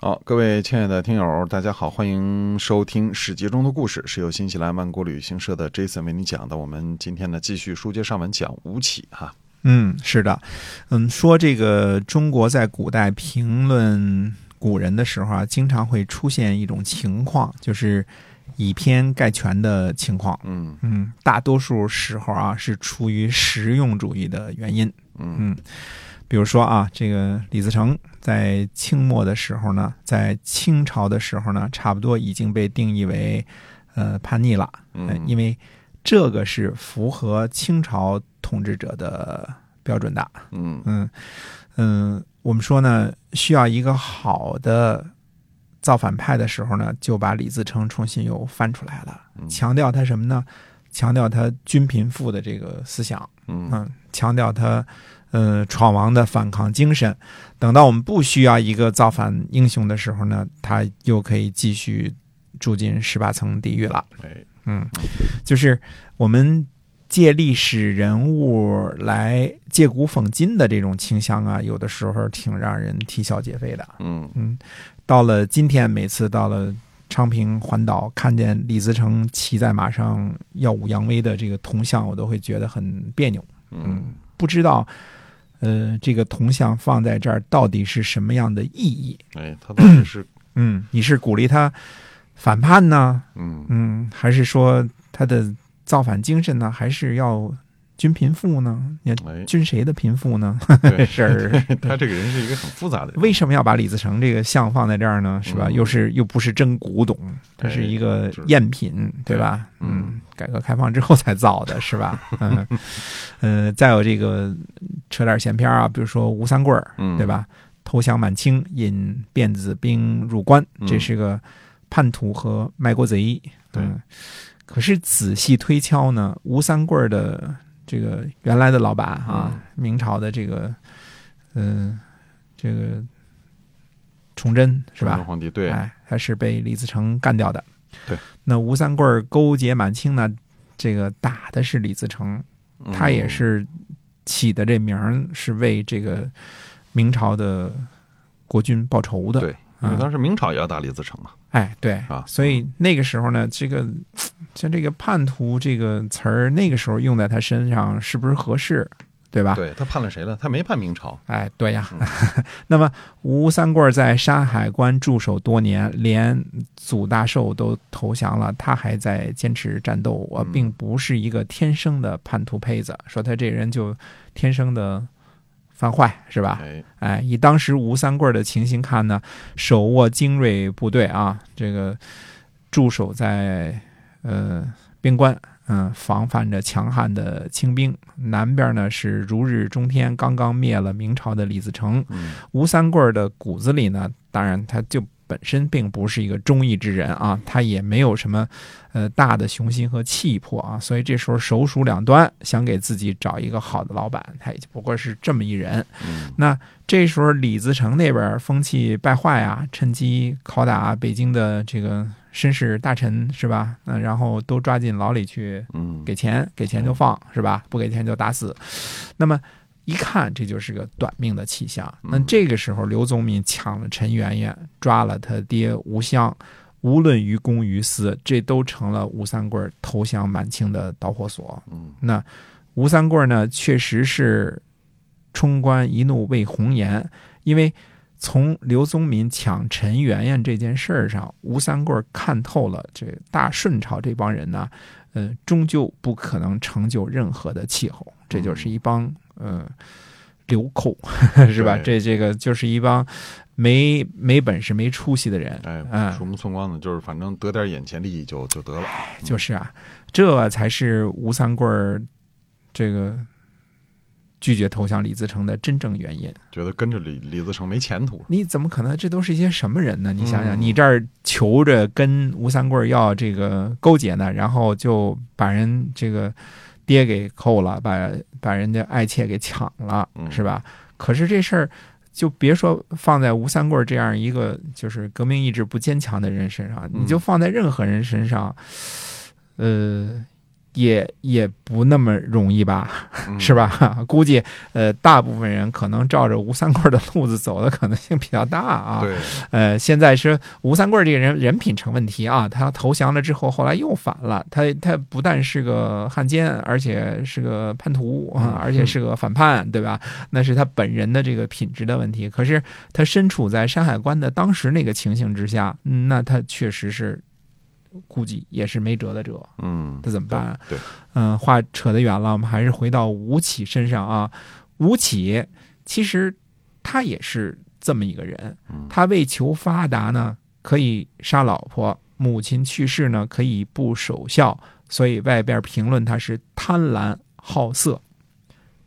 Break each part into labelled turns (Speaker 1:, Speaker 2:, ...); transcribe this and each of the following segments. Speaker 1: 好，各位亲爱的听友，大家好，欢迎收听《史记中的故事》，是由新西兰曼谷旅行社的 Jason 为你讲的。我们今天呢，继续书接上文讲吴起哈。
Speaker 2: 嗯，是的，嗯，说这个中国在古代评论古人的时候啊，经常会出现一种情况，就是以偏概全的情况。
Speaker 1: 嗯
Speaker 2: 嗯，大多数时候啊，是出于实用主义的原因。
Speaker 1: 嗯
Speaker 2: 嗯，比如说啊，这个李自成在清末的时候呢，在清朝的时候呢，差不多已经被定义为呃叛逆了。呃
Speaker 1: 嗯，
Speaker 2: 因为这个是符合清朝统治者的标准的。
Speaker 1: 嗯
Speaker 2: 嗯嗯，我们说呢，需要一个好的造反派的时候呢，就把李自成重新又翻出来了，
Speaker 1: 嗯
Speaker 2: 强调他什么呢？强调他均贫富的这个思想，
Speaker 1: 嗯
Speaker 2: 嗯，强调他呃闯王的反抗精神。等到我们不需要一个造反英雄的时候呢，他又可以继续住进十八层地狱了。
Speaker 1: 哎
Speaker 2: 嗯，就是我们借历史人物来借古讽今的这种倾向啊，有的时候挺让人啼笑皆非的。
Speaker 1: 嗯
Speaker 2: 嗯，到了今天，每次到了昌平环岛，看见李自成骑在马上耀武扬威的这个铜像，我都会觉得很别扭。
Speaker 1: 嗯
Speaker 2: 不知道，呃，这个铜像放在这儿到底是什么样的意义？
Speaker 1: 哎，他到底是
Speaker 2: 嗯，你是鼓励他反叛呢，
Speaker 1: 嗯
Speaker 2: 嗯，还是说他的造反精神呢？还是要均贫富呢？也
Speaker 1: 哎，
Speaker 2: 均谁的贫富呢？
Speaker 1: 对
Speaker 2: 事儿
Speaker 1: 他这个人是一个很复杂的人，
Speaker 2: 为什么要把李自成这个像放在这儿呢？是吧？
Speaker 1: 嗯
Speaker 2: 又是又不是真古董，它是一个赝品，对吧？
Speaker 1: 对嗯
Speaker 2: 嗯，改革开放之后才造的，是吧？嗯，呃，再有这个扯点闲篇儿啊，比如说吴三桂儿，
Speaker 1: 嗯
Speaker 2: 对？吧？投降满清，引辫子兵入关，
Speaker 1: 嗯
Speaker 2: 这是个叛徒和卖国贼。
Speaker 1: 对
Speaker 2: 嗯可是仔细推敲呢，吴三桂儿的这个原来的老板啊，
Speaker 1: 嗯
Speaker 2: 明朝的这个，嗯、这个崇祯是
Speaker 1: 中
Speaker 2: 吧
Speaker 1: 国？皇帝对，
Speaker 2: 哎，他是被李自成干掉的。
Speaker 1: 对，
Speaker 2: 那吴三桂儿勾结满清呢，这个打的是李自成，
Speaker 1: 嗯
Speaker 2: 他也是起的这名儿是为这个明朝的国君报仇的。
Speaker 1: 对，因为
Speaker 2: 嗯
Speaker 1: 当时明朝也要打李自成嘛。
Speaker 2: 哎，对
Speaker 1: 啊
Speaker 2: 所以那个时候呢，这个像这个叛徒这个词儿，那个时候用在他身上是不是合适，对吧？
Speaker 1: 对他判了谁了？他没判明朝。
Speaker 2: 哎，对呀。 那么吴三桂在山海关驻守多年，连祖大寿都投降了，他还在坚持战斗。我
Speaker 1: 嗯
Speaker 2: 并不是一个天生的叛徒胚子，说他这人就天生的犯坏是吧？
Speaker 1: 哎，
Speaker 2: 哎，以当时吴三桂的情形看呢，手握精锐部队啊，这个驻守在呃边关，嗯、防范着强悍的清兵。南边呢是如日中天，刚刚灭了明朝的李自成。
Speaker 1: 嗯
Speaker 2: 吴三桂的骨子里呢，当然他就本身并不是一个忠义之人啊，他也没有什么呃大的雄心和气魄啊，所以这时候首鼠两端，想给自己找一个好的老板，他也就不过是这么一人。
Speaker 1: 嗯
Speaker 2: 那这时候李自成那边风气败坏啊，趁机拷打北京的这个绅士大臣是吧？嗯，然后都抓进牢里去，
Speaker 1: 嗯，
Speaker 2: 给钱给钱就放是吧？不给钱就打死。那么一看这就是个短命的气象。那
Speaker 1: 嗯
Speaker 2: 这个时候刘宗敏抢了陈圆圆，抓了他爹吴襄，无论于公于私，这都成了吴三桂投降满清的导火索。
Speaker 1: 嗯
Speaker 2: 那吴三桂呢，确实是冲冠一怒为红颜，因为从刘宗敏抢陈圆圆这件事儿上，吴三桂看透了这大顺朝这帮人呢，呃，终究不可能成就任何的气候，这就是一帮呃流寇， 是吧？
Speaker 1: 对
Speaker 2: 这这个就是一帮没没本事、没出息的人，
Speaker 1: 哎，
Speaker 2: 嗯
Speaker 1: 鼠目寸光的，就是反正得点眼前利益就就得了。
Speaker 2: 就是啊，这才是吴三桂儿这个拒绝投降李自成的真正原因。
Speaker 1: 觉得跟着李李自成没前途。
Speaker 2: 你怎么可能？这都是一些什么人呢？你想想，
Speaker 1: 嗯
Speaker 2: 你这儿求着跟吴三桂儿要这个勾结呢，然后就把人这个爹给扣了，把把人家爱妾给抢了，
Speaker 1: 嗯
Speaker 2: 是吧？可是这事儿。就别说放在吴三桂儿这样一个就是革命意志不坚强的人身上，
Speaker 1: 嗯
Speaker 2: 你就放在任何人身上，呃，也也不那么容易吧，
Speaker 1: 嗯
Speaker 2: 是？吧？ 估计呃，大部分人可能照着吴三桂的路子走的可能性比较大啊。
Speaker 1: 对，
Speaker 2: 呃，现在是吴三桂这个人人品成问题啊，他投降了之后，后来又反了。他他不但是个汉奸，而且是个叛徒
Speaker 1: 嗯
Speaker 2: 啊，而且是个反叛，对吧？那是他本人的这个品质的问题。可是他身处在山海关的当时那个情形之下，嗯那他确实是估计也是没辙的辙。
Speaker 1: 嗯
Speaker 2: 那怎么办、啊？
Speaker 1: 对对
Speaker 2: 嗯，话扯得远了，我们还是回到吴起身上啊。吴起其实他也是这么一个人
Speaker 1: 嗯，
Speaker 2: 他为求发达呢，可以杀老婆，母亲去世呢，可以不守孝，所以外边评论他是贪婪好色，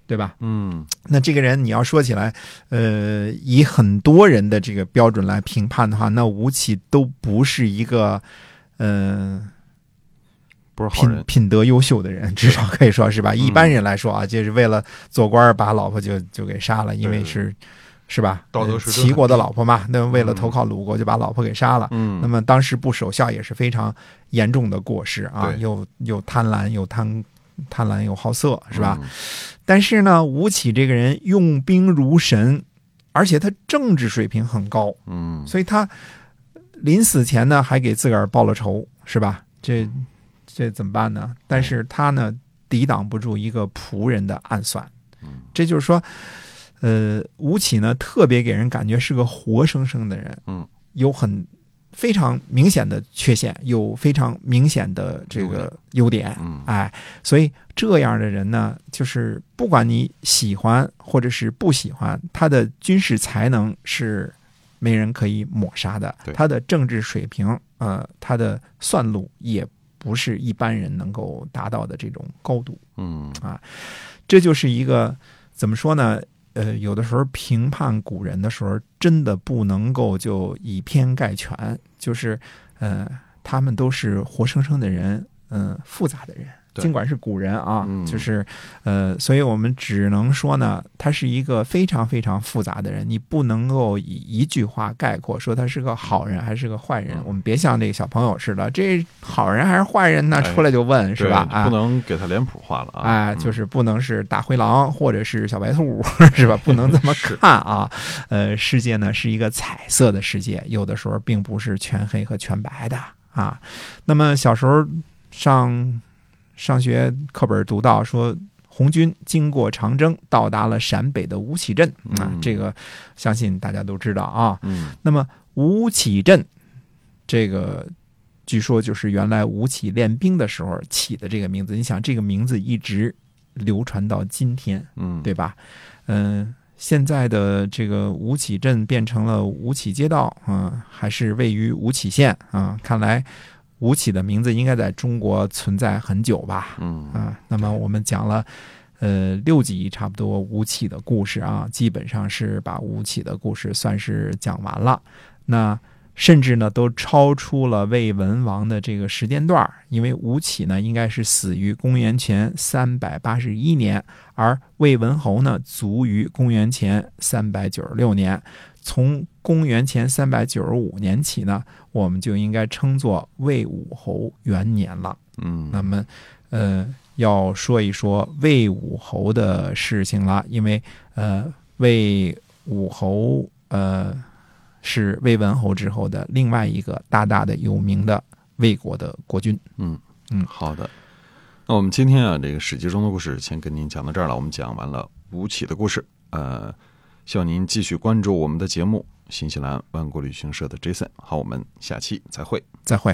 Speaker 2: 对吧？
Speaker 1: 嗯，
Speaker 2: 那这个人你要说起来，呃，以很多人的这个标准来评判的话，那吴起都不是一个，呃，
Speaker 1: 不是好
Speaker 2: 品
Speaker 1: 人，嗯
Speaker 2: 品德优秀的人，至少可以说是吧？一般人来说啊，就是为了做官儿把老婆就就给杀了，因为
Speaker 1: 对对
Speaker 2: 是是吧？
Speaker 1: 道德
Speaker 2: 呃
Speaker 1: 水准
Speaker 2: 齐
Speaker 1: 很
Speaker 2: 国的
Speaker 1: 低
Speaker 2: 老婆嘛，那为了
Speaker 1: 嗯
Speaker 2: 投靠鲁国就把老婆给杀了。
Speaker 1: 嗯，
Speaker 2: 那么当时不守孝也是非常严重的过失啊，
Speaker 1: 对
Speaker 2: 又又贪婪又贪贪婪又好色是吧？
Speaker 1: 嗯？
Speaker 2: 但是呢，吴起这个人用兵如神，而且他政治水平很高，
Speaker 1: 嗯，
Speaker 2: 所以他临死前呢还给自个儿报了仇，是吧？这
Speaker 1: 嗯
Speaker 2: 这怎么办呢？但是他呢抵挡不住一个仆人的暗算
Speaker 1: 嗯，
Speaker 2: 这就是说，呃，吴起呢特别给人感觉是个活生生的人，
Speaker 1: 嗯，
Speaker 2: 有很非常明显的缺陷，有非常明显的这个优点，
Speaker 1: 嗯，
Speaker 2: 哎，所以这样的人呢，就是不管你喜欢或者是不喜欢，他的军事才能是没人可以抹杀的
Speaker 1: 对，
Speaker 2: 他的政治水平，呃，他的算路也不是一般人能够达到的这种高度。
Speaker 1: 嗯，
Speaker 2: 这就是一个怎么说呢？呃，有的时候评判古人的时候，真的不能够就以偏概全，就是呃，他们都是活生生的人，嗯、复杂的人。
Speaker 1: 对
Speaker 2: 尽管是古人啊，
Speaker 1: 嗯
Speaker 2: 就是呃，所以我们只能说呢，他是一个非常非常复杂的人，你不能够以一句话概括说他是个好人还是个坏人
Speaker 1: 嗯。
Speaker 2: 我们别像这个小朋友似的，这好人还是坏人呢？
Speaker 1: 哎
Speaker 2: 出来就问、是
Speaker 1: 对
Speaker 2: 吧？啊
Speaker 1: 不能给他脸谱化了啊！
Speaker 2: 哎，
Speaker 1: 嗯
Speaker 2: 就是不能是大灰狼或者是小白兔， 是吧？不能这么
Speaker 1: 是
Speaker 2: 看啊。呃，世界呢是一个彩色的世界，有的时候并不是全黑和全白的啊。那么小时候上上学课本读到说。红军经过长征，到达了陕北的吴起镇啊
Speaker 1: 嗯，
Speaker 2: 这个相信大家都知道啊。
Speaker 1: 嗯
Speaker 2: 那么吴起镇，这个据说就是原来吴起练兵的时候起的这个名字。你想，这个名字一直流传到今天，
Speaker 1: 嗯，
Speaker 2: 对吧？嗯、现在的这个吴起镇变成了吴起街道，啊、还是位于吴起县啊、看来吴起的名字应该在中国存在很久吧？
Speaker 1: 嗯
Speaker 2: 啊，那么我们讲了。呃，六集差不多吴起的故事啊，基本上是把吴起的故事算是讲完了。那甚至呢，都超出了魏文王的这个时间段儿，因为吴起呢应该是死于公元前三百八十一年，而魏文侯呢卒于公元前三百九十六年。从公元前三百九十五年起呢，我们就应该称作魏武侯元年了。
Speaker 1: 嗯，
Speaker 2: 那么，呃，要说一说魏武侯的事情了，因为呃，魏武侯呃是魏文侯之后的另外一个大大的有名的魏国的国君。
Speaker 1: 嗯好的，那我们今天啊，这个《史记》中的故事先跟您讲到这儿了。我们讲完了吴起的故事，呃，希望您继续关注我们的节目《新西兰万国旅行社》的 Jason。好，我们下期再会。
Speaker 2: 再会。